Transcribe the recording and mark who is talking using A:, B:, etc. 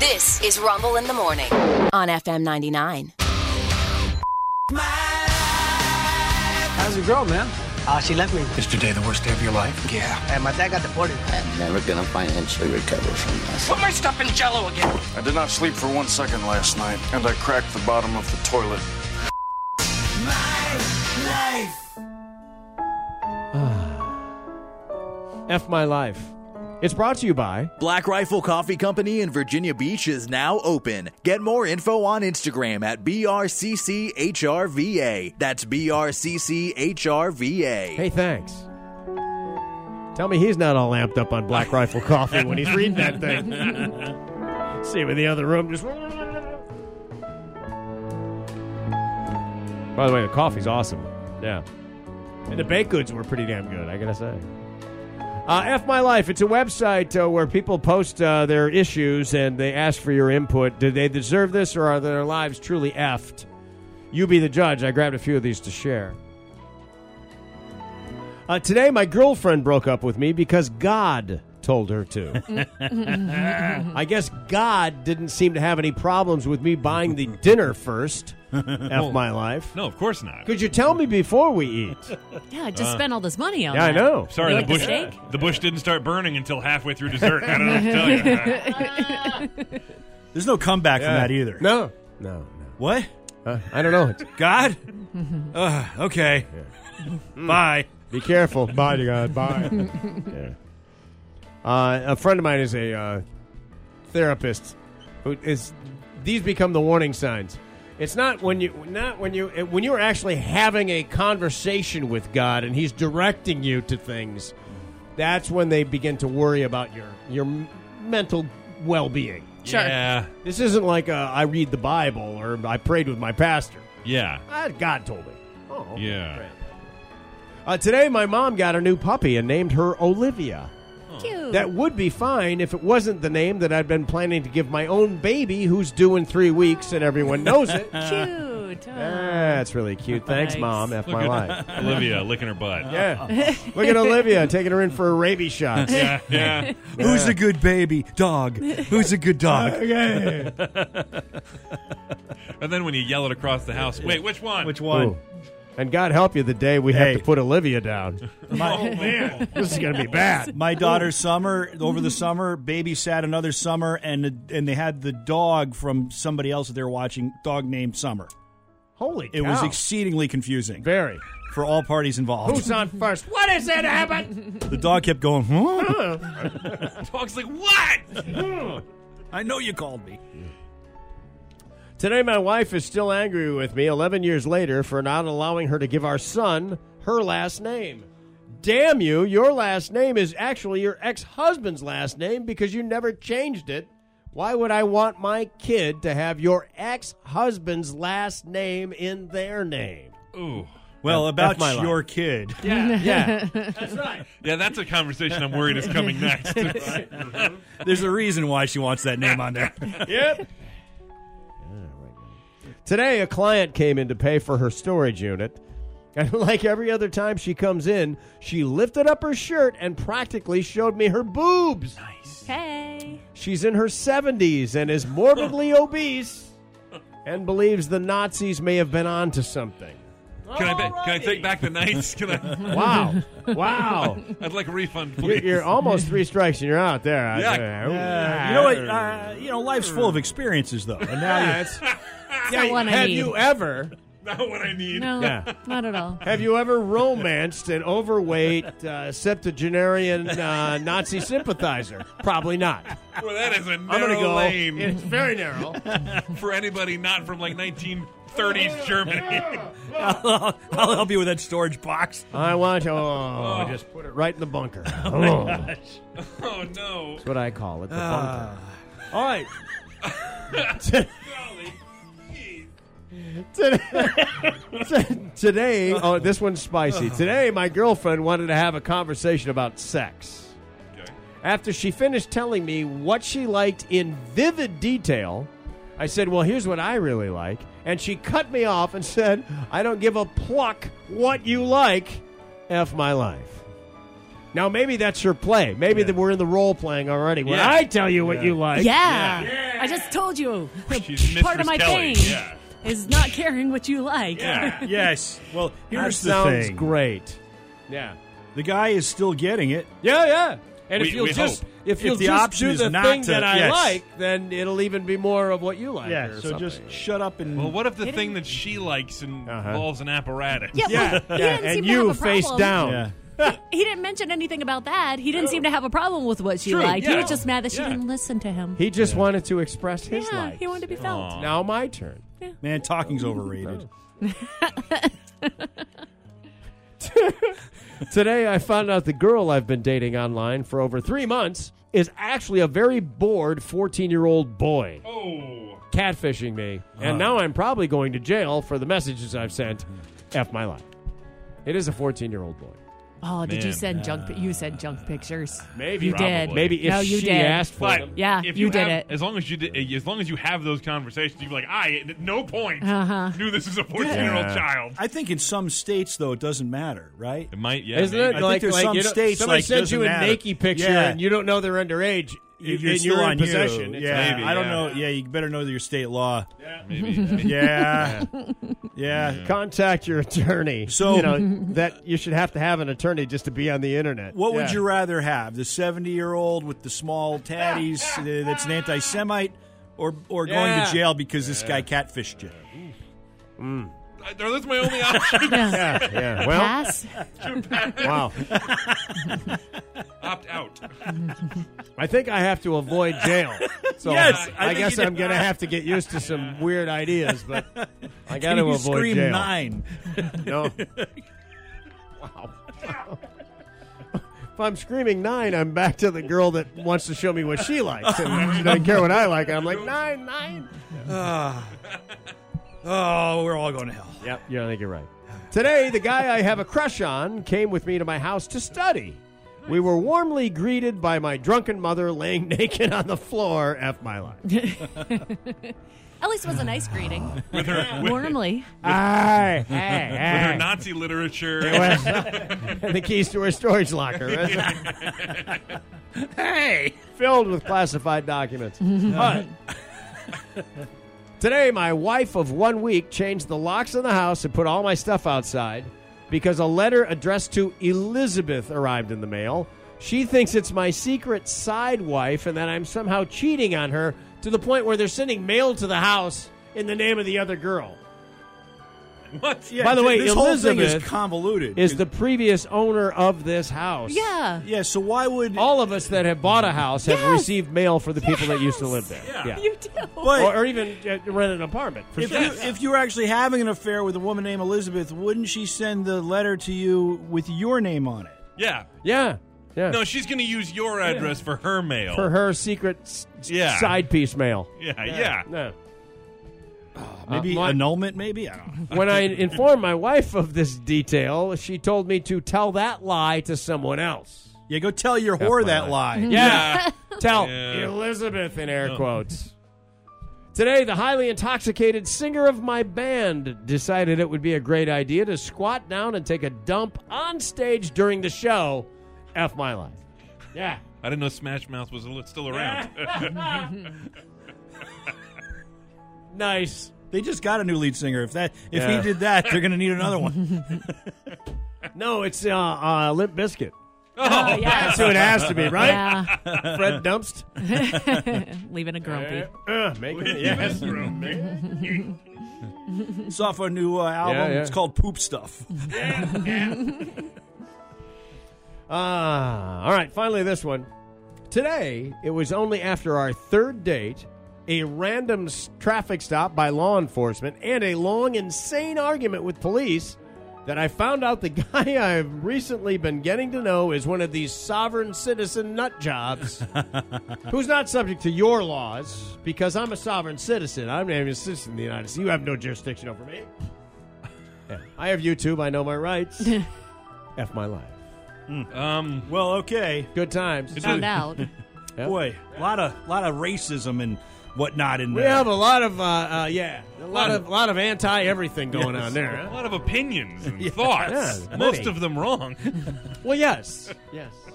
A: This is Rumble in the Morning on FM 99.
B: How's the girl, man? Uh, she left me.
C: Is today the worst day of your life?
B: Yeah. And my dad got deported.
D: I'm never gonna financially recover from this.
E: Put my stuff in jello again.
F: I did not sleep for one second last night, and I cracked the bottom of the toilet.
G: F my life. It's brought to you by
H: Black Rifle Coffee Company in Virginia Beach is now open. Get more info on Instagram at BRCCHRVA. That's BRCCHRVA.
G: Hey, thanks. Tell me he's not all amped up on Black Rifle Coffee when he's reading that thing. See him in the other room just. By the way, the coffee's awesome. Yeah. And the baked goods were pretty damn good, I gotta say. Uh, F My Life, it's a website uh, where people post uh, their issues and they ask for your input. Do they deserve this or are their lives truly effed? You be the judge. I grabbed a few of these to share. Uh, today, my girlfriend broke up with me because God told her to. I guess God didn't seem to have any problems with me buying the dinner first. F my life.
I: No, of course not.
G: Could you tell me before we eat?
J: Yeah, I just spent all this money on
G: Yeah, I
J: that.
G: know.
I: Oh, Sorry,
J: You
I: the
J: like the
I: bush
J: steak?
I: the bush didn't start burning until halfway through dessert. I don't know what to tell you.
K: There's no comeback from that either.
G: No, no,
K: What?
G: no. Uh, I don't know. It's-
K: God? Ugh, okay. Bye.
G: Be careful. Bye to God. Bye. yeah. uh, a friend of mine is a uh, therapist. Who is these become the warning signs? It's not when you not when you when you're actually having a conversation with God and He's directing you to things. That's when they begin to worry about your your m- mental well being.
J: Sure.
I: Yeah,
G: This isn't like uh, I read the Bible or I prayed with my pastor.
I: yeah.
G: Ah, God told me. Oh, okay,
I: Yeah.
G: great. Uh, today, my mom got a new puppy and named her Olivia.
J: Cute.
G: That would be fine if it wasn't the name that I'd been planning to give my own baby, who's due in three weeks, and everyone knows it.
J: Cute. Oh.
G: That's really cute. Thanks,
J: Nice.
G: mom. F my life.
I: Olivia licking her butt.
G: Yeah. Look at Olivia taking her in for a rabies shot.
I: Yeah, yeah.
K: Who's a good baby? Dog. Who's a good dog?
G: Okay.
I: And then when you yell it across the house, wait, which one?
K: Which one?
G: Ooh. And God help you the day we
K: Hey.
G: have to put Olivia down.
I: Oh man,
G: This is going to be bad.
K: My daughter Summer over the summer babysat another Summer and and they had the dog from somebody else that they're watching dog named Summer.
G: Holy cow.
K: It was exceedingly confusing
G: very.
K: for all parties involved.
G: Who's on first? What is it, Abbott?
K: The dog kept going. Huh?
I: dog's like what?
K: I know you called me.
G: Today, my wife is still angry with me 11 years later for not allowing her to give our son her last name. Damn you, your last name is actually your ex husband's last name because you never changed it. Why would I want my kid to have your ex husband's last name in their name?
I: Ooh.
K: Well, about
G: my life.
K: your kid.
G: Yeah, that's right.
I: Yeah, that's a conversation I'm worried is coming next.
K: There's a reason why she wants that name on there.
G: Yep. Today, a client came in to pay for her storage unit. And like every other time she comes in, she lifted up her shirt and practically showed me her boobs.
J: Hey.
G: She's in her 70s and is morbidly obese and believes the Nazis may have been onto something.
I: Can I ba- can I take back the nights? Can I?
G: Wow. Wow.
I: I'd like a refund,
G: You're,
I: please.
G: you're almost three strikes and you're out there.
I: Yeah.
K: Uh, you know what? Uh, you know, life's full of experiences, though. And now you-
G: Yeah, it's-
J: not
G: Yeah,
J: one I
G: have
J: need.
G: you ever
I: Not what I need.
J: No,
G: Yeah.
J: not at all.
G: Have you ever romanced an overweight uh, septuagenarian uh, Nazi sympathizer? Probably not.
I: Well, that is a
G: I'm
I: narrow
G: going to go.
I: lane
G: It's very narrow.
I: for anybody not from like 1930s Germany.
K: I'll, I'll help you with that storage box.
G: I want to oh, just put it right in the bunker. Oh, That's
I: Oh no.
G: what I call it, the bunker. All right.
I: Golly. Jeez.
G: Today, oh, this one's spicy. Today, my girlfriend wanted to have a conversation about sex.
I: Okay.
G: After she finished telling me what she liked in vivid detail, I said, Well, here's what I really like. And she cut me off and said, I don't give a pluck what you like. F my life. Now, maybe that's her play. Maybe that we're in the role playing already. When
K: Yeah.
G: I tell you what you like,
J: Yeah. I just told you.
I: She's Mistress
J: Part of my
I: Kelly.
J: pain
I: Yeah.
J: is not caring what you like.
I: Yeah.
K: Yes. Well, here's
G: that
K: the
G: sounds
K: thing.
G: great. Yeah.
K: The guy is still getting it.
G: Yeah, yeah. And
I: We-
G: if you'll
I: we
G: just
I: hope.
G: if
K: If
G: you'll
K: the
G: just
K: option
G: do
K: is
G: the
K: not
G: thing
K: to-
G: that I
K: yes.
G: like, then it'll even be more of what you like.
K: Yeah.
G: or
K: So just
G: something.
K: shut up and.
I: Well, what if the thing that she likes
G: Uh-huh.
I: involves an apparatus?
J: Yeah,
G: yeah,
J: but he
G: yeah.
J: didn't seem
G: and
J: to
G: you
J: have a
G: face
J: problem.
G: down.
K: yeah.
J: He didn't mention anything about that. He didn't seem to have a problem with what she
G: True,
J: liked. He
G: yeah.
J: was just mad that she
I: Yeah.
J: didn't listen to him.
G: He just wanted to express his
J: yeah,
G: likes.
J: he wanted to be felt.
I: Aw.
G: Now my turn.
K: Man, talking's overrated.
G: Today, I found out the girl I've been dating online for over three months is actually a very bored 14 year old boy
I: Oh.
G: catfishing me. And now I'm probably going to jail for the messages I've sent. F my life. It is a 14 year old boy.
J: Oh, did you
I: Man.
J: send junk? pi- You sent junk pictures.
G: Maybe.
J: you did.
I: Probably.
G: Maybe if
J: no, you
G: she
J: did.
G: asked for
I: But
G: them.
J: Yeah,
I: if
J: you
I: you,
J: did
I: have-
J: it.
I: As long as you did, as long as you have those conversations, you're like, I at no point
J: Uh-huh.
I: knew this was a 14 year old
G: Yeah.
I: child.
K: I think in some states though it doesn't matter, right?
I: It might, yeah.
G: Isn't it
K: I think
G: like,
K: there's
G: like
K: some
G: you don't-
K: states,
G: somebody
K: like,
G: sends you a
K: doesn't matter.
G: naked picture
K: Yeah.
G: and you don't know they're underage? You,
K: If you're
G: and
K: still
G: you're
K: on
G: in possession. It's
K: Yeah,
I: maybe,
K: I don't
I: yeah.
K: know. Yeah, you better know your state law.
I: Maybe. maybe.
K: Yeah, yeah.
G: Contact your attorney.
K: So-
G: you know that you should have to have an attorney just to be on the internet.
K: What would
G: Yeah.
K: you rather have? The seventy-year-old with the small tatties uh, that's an anti-Semite, or or going
G: Yeah.
K: to jail because this guy catfished you?
I: I- Those are my only options.
G: Yeah, yeah. Well,
J: Pass.
G: wow.
I: Opt out.
G: I think I have to avoid jail. So
K: Yes, I
G: I,
K: think
G: guess
K: you
G: I'm
K: did.
G: going to have to get used to some weird ideas, but I got to
K: you
G: avoid
K: scream
G: jail.
K: nine.
G: No. wow. if I'm screaming nine, I'm back to the girl that wants to show me what she likes, and she doesn't care what I like. I'm like nine, nine.
K: Oh, we're all going to hell.
G: Yep, yeah, I think you're right. Today, the guy I have a crush on came with me to my house to study. We were warmly greeted by my drunken mother laying naked on the floor. F my life.
J: At least it was a nice greeting.
I: With her, with,
J: Warmly.
G: Aye,
I: with her Nazi literature.
G: and the keys to her storage locker. hey! Filled with classified documents. But today, my wife of one week changed the locks in the house and put all my stuff outside because a letter addressed to Elizabeth arrived in the mail. She thinks it's my secret side wife and that I'm somehow cheating on her to the point where they're sending mail to the house in the name of the other girl.
I: What?
K: Yeah,
G: By the
K: th-
G: way,
K: this whole thing
G: Elizabeth
K: is convoluted.
G: Is the previous owner of this house.
J: Yeah.
K: yeah? So why would
G: all of us that have bought a house have
J: Yes.
G: received mail for the people that used to live there. Yeah.
J: You do.
K: But
G: Or, or even uh, rent an apartment. For
K: if
G: sure.
K: you if you were actually having an affair with a woman named Elizabeth, wouldn't she send the letter to you with your name on it?
I: Yeah.
G: yeah. Yeah.
I: No, she's going to use your address for her mail.
G: for her secret s-
I: Yeah.
G: side piece mail.
I: Yeah, yeah.
G: No. Ah,
K: Maybe
G: Uh, my-
K: annulment. Maybe I don't know.
G: When I informed my wife of this detail, she told me to tell that lie to someone else.
K: Yeah, go tell your whore
G: my
K: that
G: life.
K: lie.
G: Yeah. Tell
I: Yeah.
G: Elizabeth in air quotes. Today, the highly intoxicated singer of my band decided it would be a great idea to squat down and take a dump on stage during the show. F my life. Yeah.
I: I didn't know Smash Mouth was al- still around.
G: Nice.
K: They just got a new lead singer. If that if
G: Yeah.
K: he did that, they're going to need another one.
G: No, it's uh, uh, Limp Biscuit.
J: Oh, yeah.
G: That's who it has to be, right?
J: Yeah.
G: Fred Dumpst.
J: Leaving a grumpy.
G: Uh, make it, yes.
K: It's off a new uh, album.
G: yeah.
K: It's called Poop Stuff.
G: Ah, all right. Finally, this one. Today, it was only after our third date, a random s- traffic stop by law enforcement, and a long, insane argument with police that I found out the guy I've recently been getting to know is one of these sovereign citizen nut jobs who's not subject to your laws because I'm a sovereign citizen. I'm not even a citizen of the United States. You have no jurisdiction over me. Yeah. I have YouTube. I know my rights. F my life.
I: um,
K: Well, okay,
G: Good times.
J: Found out.
K: boy, a lot of lot of racism and whatnot in
G: We
K: there.
G: have a lot of uh, uh, yeah, a lot of lot of anti everything going on there.
I: a
G: huh?
I: lot of opinions and thoughts.
G: Yeah,
I: Most
G: many.
I: of them wrong.
G: Well, yes, yes.